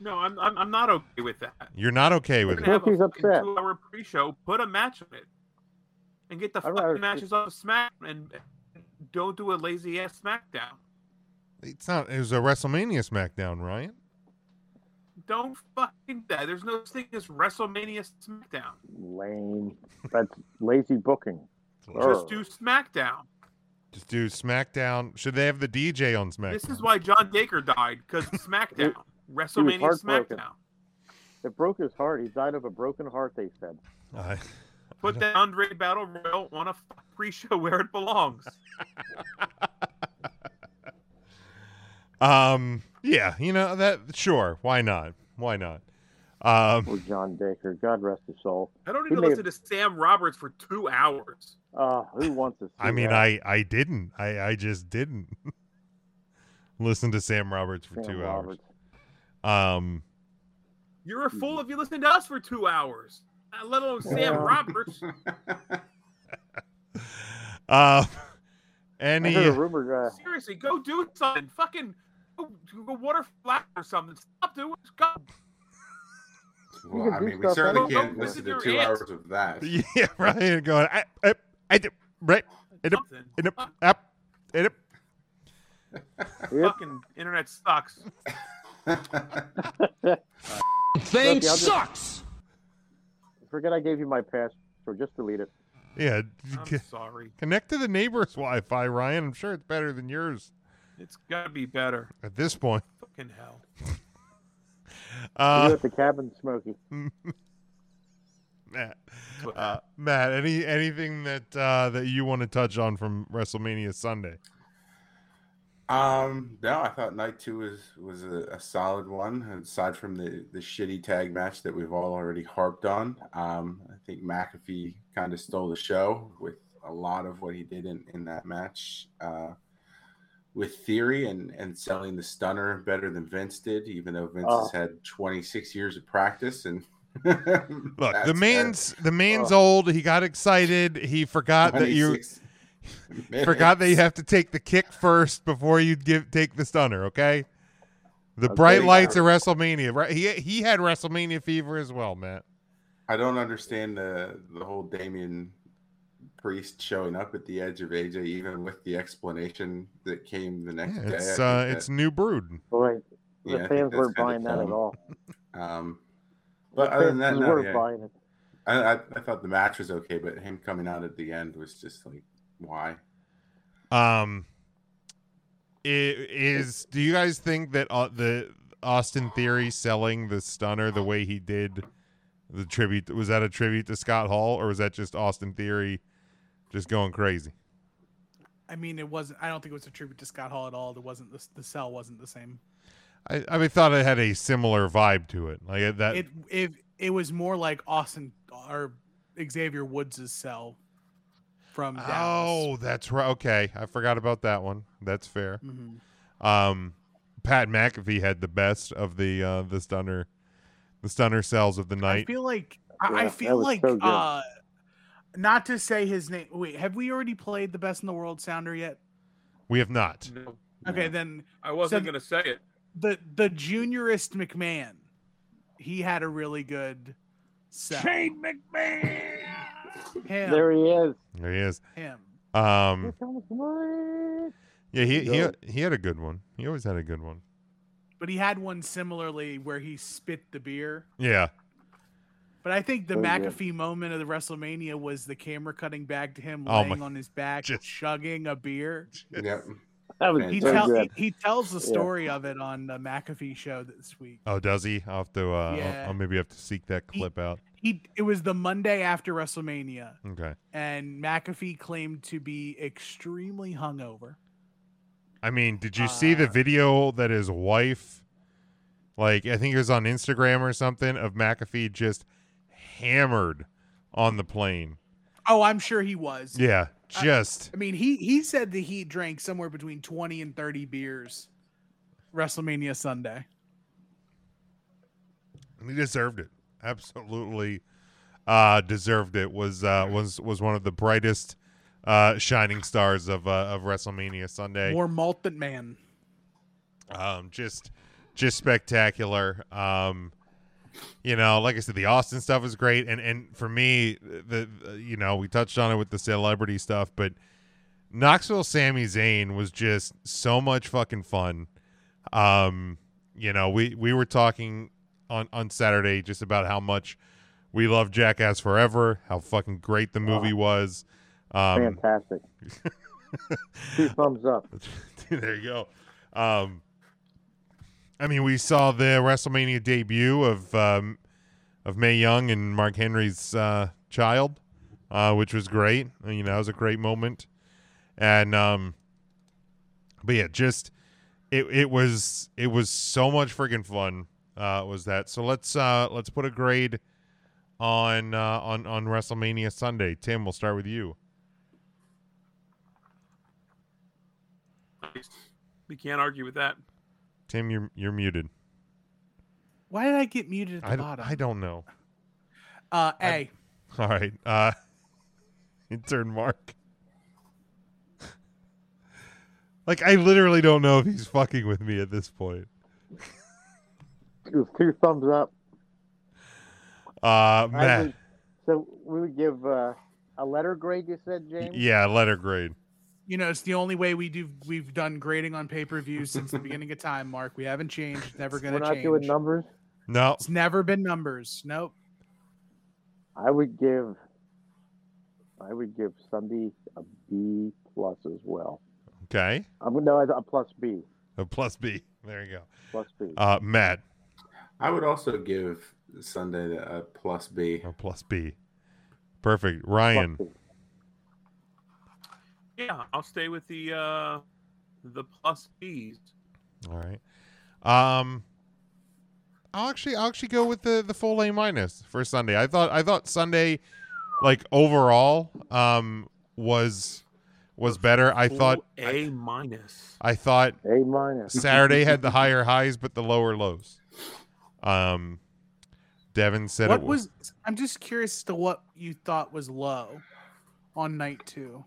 No, I'm, I'm I'm not okay with that. you're not okay with We're it. gonna have a He's upset. Two hour pre show, put a match on it. And get the I'd fucking rather- matches off of Smack and don't do a lazy ass SmackDown. It's not. It was a WrestleMania SmackDown, Ryan. Don't fucking do that. There's no such thing as WrestleMania SmackDown. Lame. That's lazy booking. Just Urgh. do SmackDown. Just do SmackDown. Should they have the DJ on SmackDown? This is why John Baker died because *laughs* SmackDown, WrestleMania heartbroken. SmackDown. It broke his heart. He died of a broken heart. They said. *laughs* Uh, Put that Andre Battle Royal on a f- pre-show *laughs* where it belongs. um. Yeah. You know that. Sure. Why not? Why not? Um. Poor John Baker. God rest his soul. I don't need He to may listen to Sam Roberts for two hours. Uh, who wants to? See I mean, that? I I didn't. I I just didn't *laughs* listen to Sam Roberts for Sam two Roberts. hours. Um. You're a fool if you listen to us for two hours. uh, Let alone Sam Mm-hmm. Yeah. *laughs* Roberts. Uh. I *laughs* Any. heard a rumor. Uh, *laughs* Seriously, go do something. Fucking go, go water flower or something. Stop doing. Go. Well, I do mean, we stuff certainly like- can't Don't listen listen to to two your aunt. hours of that. *laughs* Yeah. Ryan going. I. I. I. did- Right. It up. Something. It up. Up. It up. yep. Fucking *laughs* internet sucks. *laughs* Thing Duffy, I'll just- sucks. Forget I gave you my password. Just delete it. Yeah. I'm sorry. Connect to the neighbor's Wi-Fi, Ryan. I'm sure it's better than yours It's gotta be better. at this point. Fucking hell. You Uh, at the cabin, Smoky. Matt, That's what- uh, Matt, any anything that uh, that you want to touch on from WrestleMania Sunday? Um, no, I thought night two was was a, a solid one. Aside from the the shitty tag match that we've all already harped on, um, I think McAfee kind of stole the show with a lot of what he did in in that match. Uh, with theory and and selling the stunner better than Vince did, even though Vince has had 26 years of practice and. *laughs* Look, That's- the that's man's the man's old. He got excited. He forgot that you 26 *laughs* forgot that you minutes. have to take the kick first before you give take the stunner. Okay, the Okay, bright yeah. lights of WrestleMania. Right? He he had WrestleMania fever as well, Matt. I don't understand the the whole Damien Priest showing up at the edge of AJ, even with the explanation that came the next Yeah, day. it's I uh, think it's that- new brood. Boy, yeah, I the think fans that's weren't kinda buying that at dumb. all. Um, but The other than that, fans no, weren't yeah. buying it. I, I, I thought the match was okay, but him coming out at the end was just like, why? Um, i- is do you guys think that uh, the Austin Theory selling the stunner the way he did the tribute was that a tribute to Scott Hall or was that just Austin Theory just going crazy? I mean, it wasn't. I don't think it was a tribute to Scott Hall at all. It wasn't. The, the cell wasn't the same. I I mean, thought it had a similar vibe to it, like uh, that. It it it was more like Austin or Xavier Woods' cell from Dallas. oh, that's right. Okay, I forgot about that one. That's fair. hmm Um, Pat McAfee had the best of the uh, the stunner, the stunner cells of the I night. feel like I, Yeah, I that feel was like so good. uh, not to say his name. Wait, have we already played the best in the world sounder yet? We have not. no, Okay, Yeah. then I wasn't So- gonna say it. the the juniorist McMahon, he had a really good cell. Shane McMahon. Him, There he is. There he is. him. Um, Here comes Mike. Yeah, he he Yeah. he had a good one. He always had a good one. But he had one similarly where he spit the beer. Yeah, But I think the Oh, Very good. McAfee moment of the WrestleMania was the camera cutting back to him Oh my- laying on his back, chugging a beer. Yep. That was he, so tell- good. he, he tells the Yeah. story of it on the McAfee show this week. Oh, does he? I'll have to. Uh, I'll- Yeah. I'll, maybe have to seek that He- clip out. He it was the Monday after WrestleMania, Okay. and McAfee claimed to be extremely hungover. I mean, did you see Uh, the video that his wife, like, I think it was on Instagram or something, of McAfee just hammered on the plane? Oh, I'm sure he was. Yeah, I- just. I mean, he he said that he drank somewhere between twenty and thirty beers, WrestleMania Sunday. he deserved it. Absolutely, uh, deserved it. Was uh, was was one of the brightest, uh, shining stars of uh, of WrestleMania Sunday. More malt than man. um, just just spectacular. Um, you know, like I said, the Austin stuff is great, and and for me, the, the- you know we touched on it with the celebrity stuff, but Knoxville Sami Zayn was just so much fucking fun. Um, you know, we we were talking on on Saturday just about how much we love Jackass Forever, how fucking great the movie was. Um, Fantastic. Two thumbs up. *laughs* there you go. Um, I mean, we saw the WrestleMania debut of um, of May Young and Mark Henry's uh, child, uh, which was great. You know, it was a great moment, and um, but yeah, just it it was it was so much freaking fun. Uh, was that so? Let's uh, let's put a grade on uh, on on WrestleMania Sunday. Tim, we'll start with you. We can't argue with that. Tim, you're you're muted. Why did I get muted at the I, d- bottom? I don't know. Uh, A. *laughs* All right. Uh intern Mark. like I literally don't know if he's fucking with me at this point. Two, two thumbs up. Uh I Matt. would- so we would give uh, a letter grade. You said, James. Yeah, letter grade. You know, it's the only way we do we've done grading on pay per view since the beginning of time, Mark. We haven't changed. It's never We're gonna not change. doing numbers. No. It's never been numbers. Nope. I would give. I would give Sunday a B plus as well. Okay. I'm no a plus B. A plus B. There you go. Plus B. Uh Matt. I would also give Sunday a plus B. A plus B. Perfect. Ryan. Yeah, I'll stay with the uh the plus B's. All right. Um I'll actually I'll actually go with the the full A minus for Sunday. I thought I thought Sunday like overall um was was better. I thought A minus. I thought A minus. Saturday had the higher highs but the lower lows. Um Devin said what it was I'm just curious as to what you thought was low on night two.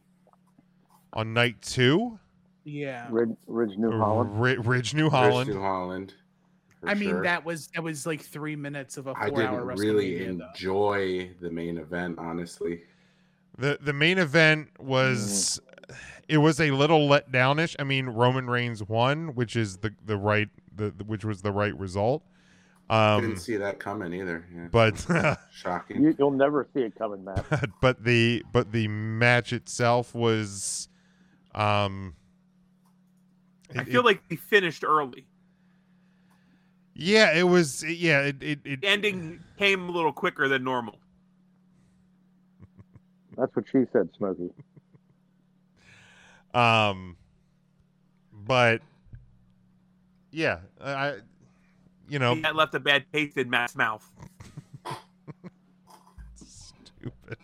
on night 2 Yeah. Ridge, Ridge New Holland. Ri- Ridge New Holland. Ridge, New Holland. for I mean sure. that was that was like three minutes of a I four didn't hour really WrestleMania. though. enjoy the main event, honestly. The the main event was it was a little let downish. I mean Roman Reigns won, which is the the right the the- which was the right result. I Um didn't see that coming either. yeah. but *laughs* shocking. You, you'll never see it coming, Matt. but the but the match itself was um I it- feel it- like we finished early. yeah, it was yeah, it it, it The ending came a little quicker than normal. That's what she said, Smokey. *laughs* Um, but yeah, I, I- you know, That left a bad taste in Matt's mouth. stupid.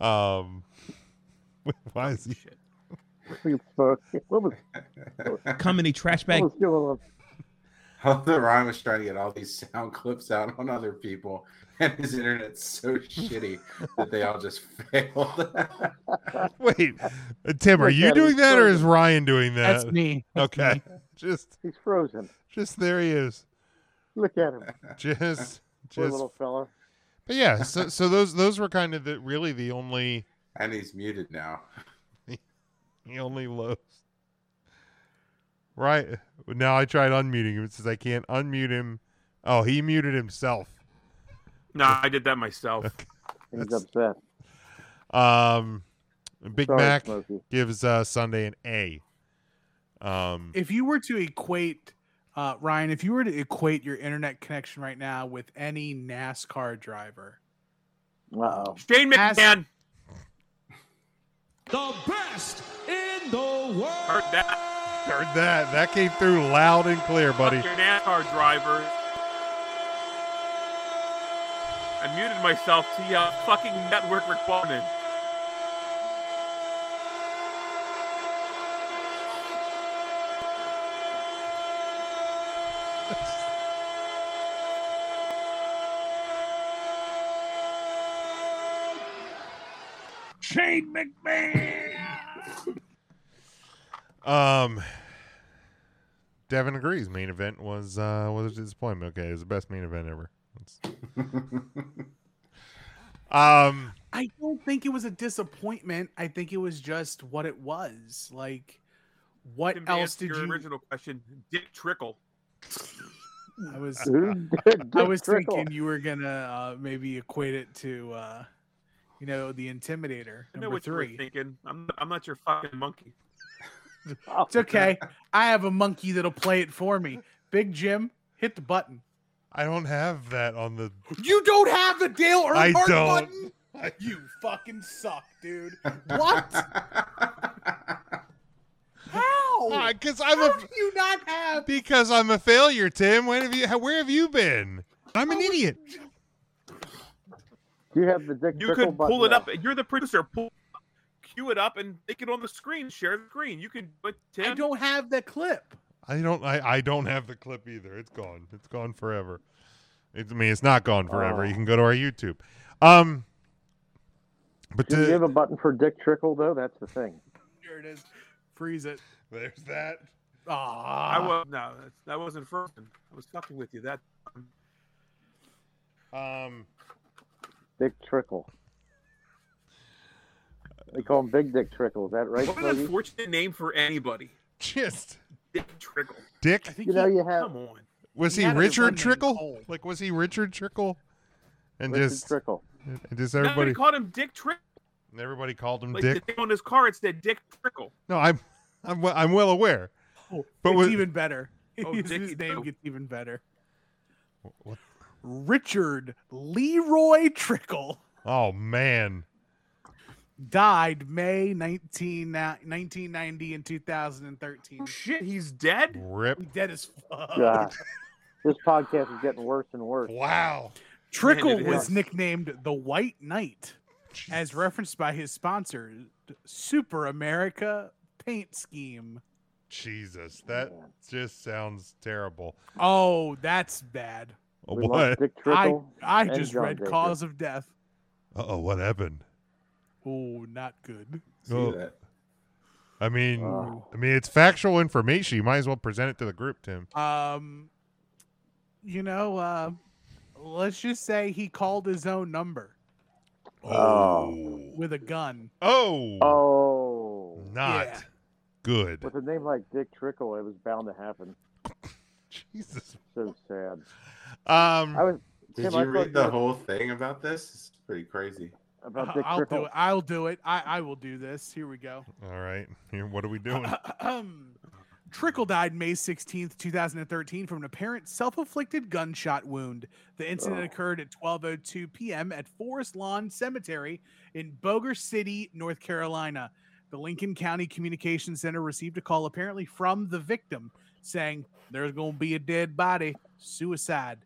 Um, *laughs* why is he? what was, *laughs* Come any trash what bag. was going on? Although Ryan was trying to get all these sound clips out on other people, and his internet's so shitty that they all just *laughs* failed. Wait, uh, Tim, are Look you at him, doing he's that or is frozen. Ryan doing that? That's me. okay, just He's frozen. just there he is. Look at him, Just poor just. little fella. But yeah, so so those those were kind of the really the only and he's muted now. *laughs* the only lows. Right now, I tried unmuting him. It says I can't unmute him. Oh, he muted himself. *laughs* No, I did that *laughs* myself. He's upset. *laughs* Um, Big Sorry, Mac Smokey. gives uh, Sunday an A. Um, If you were to equate, uh, Ryan, if you were to equate your internet connection right now with any NASCAR driver, *laughs* wow, Shane McMahon, The best in the world. Heard that. heard that. That came through loud and clear, buddy. your NASCAR driver. I muted myself to uh, fucking network recording. Shane McMahon. Um, Devin agrees. Main event was uh, was a disappointment. Okay, it was the best main event ever. That's- *laughs* um, I don't think it was a disappointment. I think it was just what it was. Like, what Tim, to else answer did your you? original question? Dick Trickle. I was, Who *laughs* I Dick was Trickle? thinking you were gonna uh, maybe equate it to, uh, you know, the Intimidator I know number what you three. were thinking. I'm, I'm not your fucking monkey. It's okay. I have a monkey that'll play it for me. Big Jim, hit the button. I don't have that on the. You don't have the Dale Earnhardt I don't. button. You fucking suck, dude. What? How? Because I'm How do you not have? Because I'm a failure, Tim. When have you? how- Where have you been? I'm an idiot. You have the dick. You Trickle could button pull it now. up. You're the producer. Pull, cue it up, and make it on the screen. Share the screen. You can. But Tim, I don't have the clip. I don't. I, I don't have the clip either. It's gone. It's gone forever. It's, I mean, it's not gone forever. You can go to our YouTube. Um, but Do you to- have a button for Dick Trickle though? That's the thing. Here it is. Freeze it. There's that. I Ah. was no. that's- That wasn't frozen. I was fucking with you. That. Um. Dick Trickle. They call him Big Dick Trickle. Is that right? What an Smokey? unfortunate name for anybody. just Dick Trickle. Dick. You know you have Come on. Was He he, had a one Richard named Trickle? Cole. Like, was he Richard Trickle? And Richard just Trickle. And just Everybody everybody. called him Dick Trickle. and everybody called him Like Dick. the name on his car, it said Dick Trickle. No, I'm, I'm, we- I'm well aware. But Oh, it's was- even better. *laughs* Oh, his, Dicky his name Doe. gets even better. What? Richard Leroy Trickle Oh man, died May 19, na- 1990 and 2013. Shit, he's dead. rip. He dead as fuck. God. This podcast is getting worse and worse. Wow. Trickle Man, it was is. nicknamed the White Knight, as referenced by his sponsor, Super America Paint Scheme. Jesus, that just sounds terrible. Oh, that's bad. We what? lost Dick I, Trickle. I and just John read Baker. cause of death. Uh oh, what happened? Oh, not good. See Oh. that? I mean, Wow. I mean, it's factual information. You might as well present it to the group, Tim. Um, you know, uh, let's just say he called his own number Oh. with a gun. Oh, Oh. not yeah. good. With a name like Dick Trickle, it was bound to happen. Jesus. So sad. Um. I was Did Tim, I you thought read the you- whole thing about this? It's pretty crazy. about Dick I'll do Trickle. it. I'll do it. I, I will do this. Here we go. *clears throat* All right. Here, what are we doing? Uh, Trickle died May 16th, 2013 from an apparent self-afflicted gunshot wound. The incident Oh. occurred at 12:02 p.m. at Forest Lawn Cemetery in Boger City, North Carolina. The Lincoln County Communications Center received a call apparently from the victim saying there's going to be a dead body, suicide.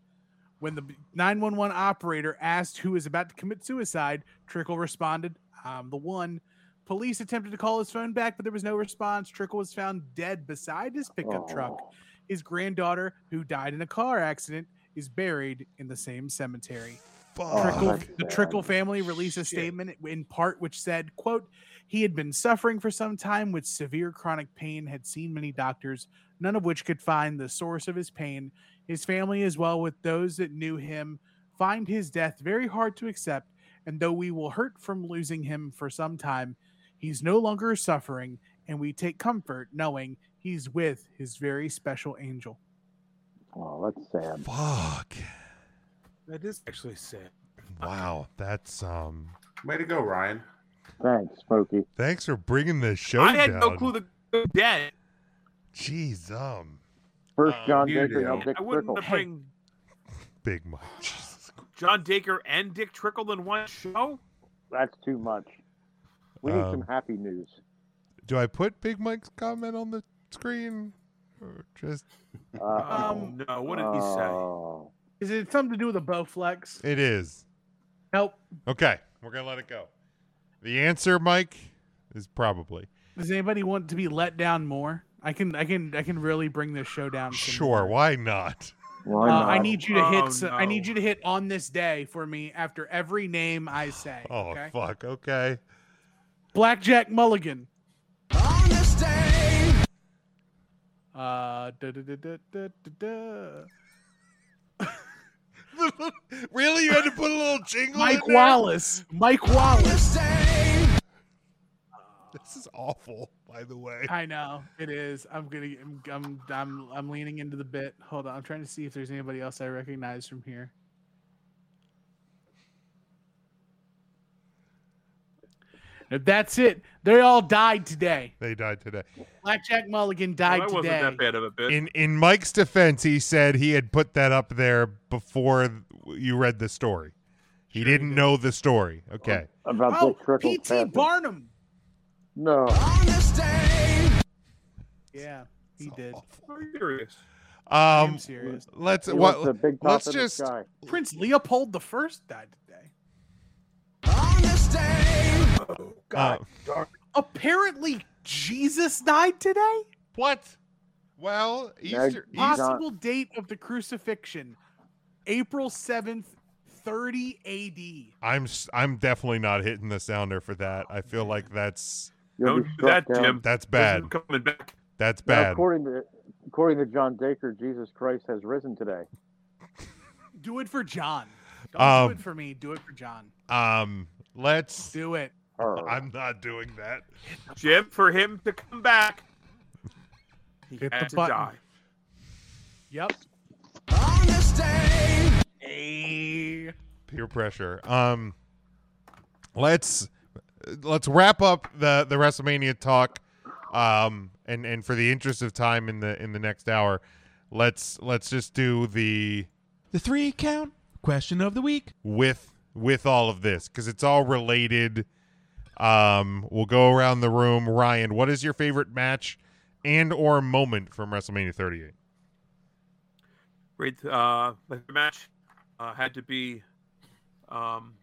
When the 911 operator asked who was about to commit suicide, Trickle responded, "I'm the one." Police attempted to call his phone back, but there was no response. Trickle was found dead beside his pickup truck. Oh. His granddaughter, who died in a car accident, is buried in the same cemetery. Fuck. Trickle, that's the sad. Trickle family released a statement in part which said, "quote He had been suffering for some time with severe chronic pain, had seen many doctors, none of which could find the source of his pain. His family, as well with those that knew him, find his death very hard to accept. And though we will hurt from losing him for some time, he's no longer suffering, and we take comfort knowing he's with his very special angel." Oh, that's sad. Fuck. That is actually sad. Wow, that's um. Way to go, Ryan. Thanks, Smokey. Thanks for bringing this show I had down. no clue the dead. Jeez, um. First John you Baker, now do. Dick I wouldn't Trickle. have bring Big Mike. John Dacre and Dick Trickle in one show. That's too much. We need some Um, happy news. Do I put Big Mike's comment on the screen? Or just Um, Uh, no, what did he say? Oh, Is it something to do with a Bowflex? it is. Nope. Okay, we're gonna let it go. The answer, Mike, is probably Does anybody want to be let down more? I can, I can, I can really bring this show down. some sure. Why not? Uh, I need you to hit. s- Oh, I need no. you to hit on this day for me after every name I say. Oh okay? fuck. Okay. *laughs* Blackjack Mulligan. On this day. Uh, da, da, da, da, da, da. really, you had to put a little jingle. Mike in there? Wallace. Mike Wallace. This is awful, by the way. I know it is. I'm gonna. I'm. I'm. I'm, I'm leaning into the bit. Hold on. I'm trying to see if there's anybody else I recognize from here. If that's it, they all died today. They died today. Blackjack Mulligan died that today. wasn't that bad of a bit. In in Mike's defense, he said he had put that up there before you read the story. He didn't know the story. Okay. About Oh, Dick Trickle. P.T. Barnum. No. Yeah, he did. Are you serious? Um serious. let's uh, He what was the big top let's in the just sky. Prince Leopold the First died today. God. Apparently, Jesus died today. What? Well, Now, Easter, John- Easter Possible date of the crucifixion, April seventh, thirty A.D. I'm s- I'm definitely not hitting the sounder for that. I feel like that's Don't You'll be do struck that, down. Jim. that's This bad. is coming back. That's Now, bad. according to according to John Dacre, Jesus Christ has risen today. Do it for John. Don't Um, do it for me. Do it for John. Um let's Do it. uh, *laughs* I'm not doing that. Jim, for him to come back, he Hit had the to button. die. Yep. Hey. peer pressure. Um, let's let's wrap up the the WrestleMania talk. Um, and and for the interest of time in the in the next hour, let's let's just do the The three count question of the week. with with all of this because it's all related. Um, we'll go around the room. Ryan, what is your favorite match and or moment from WrestleMania 38? Great. Uh, the match uh, had to be. Um,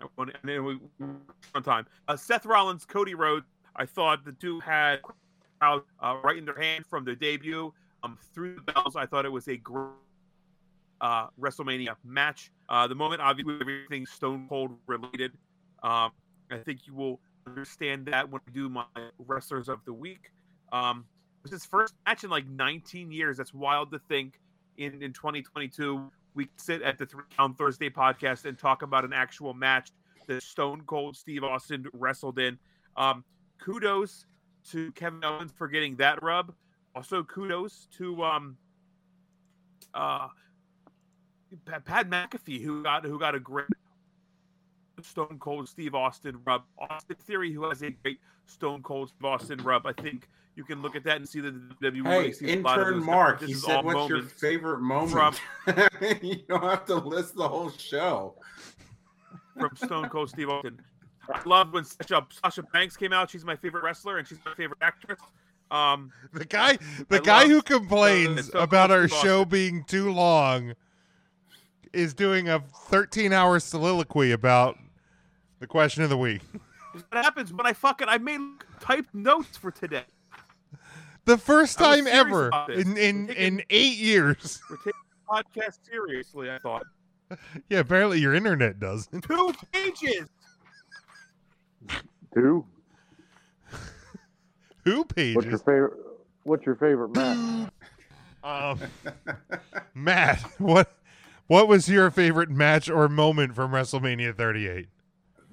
I want- and then we on time. Uh, Seth Rollins, Cody Rhodes. I thought the two had out uh, right in their hand from their debut. Um, through the bells, I thought it was a great uh, WrestleMania match. Uh, the moment, obviously, everything Stone Cold related. Um, I think you will understand that when I do my wrestlers of the week. Um, it was his first match in like 19 years. That's wild to think. In in 2022, we sit at the Three Count Thursday podcast and talk about an actual match that Stone Cold Steve Austin wrestled in. Um, kudos to Kevin Owens for getting that rub. Also, kudos to um, uh, Pa- Pat McAfee who got who got a great Stone Cold Steve Austin rub. Austin Theory who has a great Stone Cold Steve Austin rub. I think you can look at that and see that the WWE Hey, sees a lot of intern those- Mark, this he is said, all "What's your moments." favorite moment?" *laughs* Rob. you don't have to list the whole show. from Stone Cold Steve Austin. I love when Sasha, Sasha Banks came out. She's my favorite wrestler and she's my favorite actress. Um, *laughs* The guy the I guy love who Stone- complains Stone about Cold our Steve show Austin. being too long is doing a 13 hour soliloquy about the question of the week. What happens when I fucking I made typed notes for today? The first I was time serious ever about this. in in, We're in taking- 8 years. *laughs* We're taking the podcast seriously. I thought Yeah, apparently your internet doesn't. two pages. Two. *laughs* Who What's your pages? favorite? What's your favorite match? *laughs* Um, Matt, *laughs* what what was your favorite match or moment from WrestleMania 38?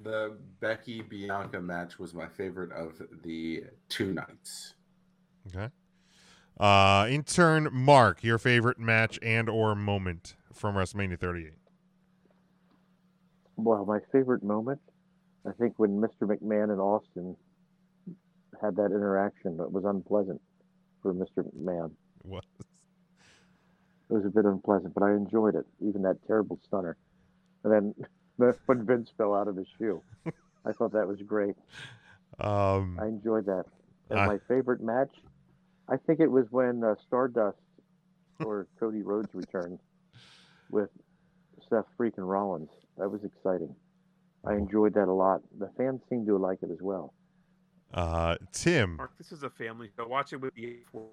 The Becky Bianca match was my favorite of the two nights. Okay. Uh intern Mark, your favorite match and or moment from WrestleMania 38. Well, my favorite moment, I think, when Mr. McMahon and Austin had that interaction that was unpleasant for Mr. McMahon. What? It was a bit unpleasant, but I enjoyed it. Even that terrible stunner, and then *laughs* when Vince fell out of his shoe, I thought that was great. Um, I enjoyed that. And I- my favorite match, I think it was when uh, Stardust or Cody Rhodes returned with Seth freaking Rollins. That was exciting. I enjoyed that a lot. The fans seemed to like it as well. Uh, Tim, Mark, this is a family show. Watch it with the eight word.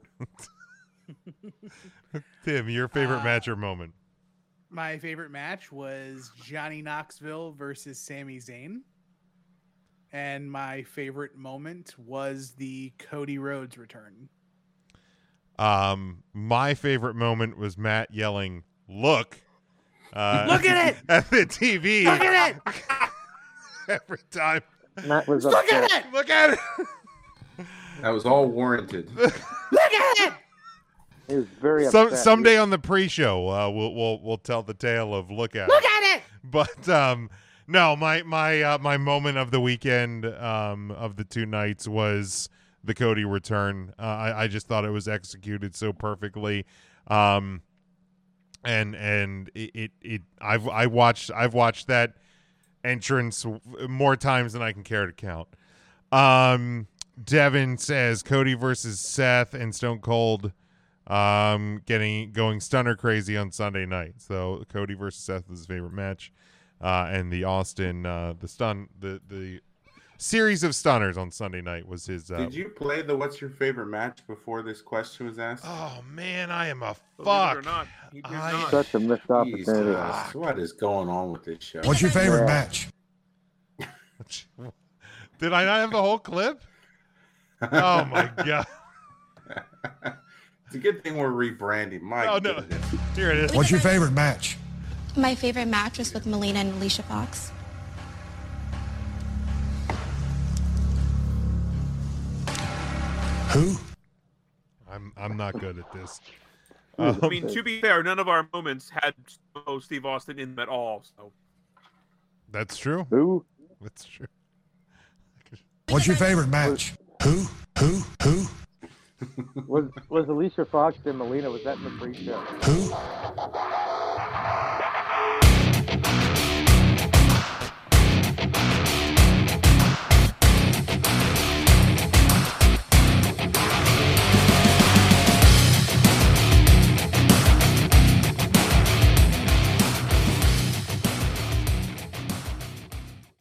Tim, your favorite Uh, match or moment? My favorite match was Johnny Knoxville versus Sami Zayn. And my favorite moment was the Cody Rhodes return. Um, my favorite moment was Matt yelling, "Look!" Uh, Look at it! *laughs* at the TV Look at it! every time. Matt was Look upset. at it! Look at it! That was all warranted. Look at it! He was very Some upset. someday on the pre-show, uh, we'll we'll we'll tell the tale of look at Look it. at it! But um, no, my my uh, my moment of the weekend um, of the two nights was the Cody return. Uh, I I just thought it was executed so perfectly. Um, and and it, it it I've I watched I've watched that entrance w- more times than I can care to count. Um, Devin says Cody versus Seth and Stone Cold um getting going stunner crazy on Sunday night. So Cody versus Seth is his favorite match. Uh and the Austin uh the stun the the series of stunners on Sunday night was his uh Did you play the "What's your favorite match" before this question was asked? Oh man, I am a Believe it or fuck. not, he did I- not. Such a missed opportunity. Oh, Jesus, what is going on with this show? *laughs* What's your favorite Yeah. match? *laughs* Did I not have the whole clip? Oh *laughs* my god. It's a good thing we're rebranding. My Oh, no. goodness. Here it is. What's your favorite match? My favorite match was with Melina and Alicia Fox. Who? I'm I'm not good at this. Um, I mean, to be fair, none of our moments had oh, Steve Austin in them at all. So That's true. Who? That's true. What's your favorite match? Who? Who? Who? Was was Alicia Fox and Melina? Was that in the pre-show? Who?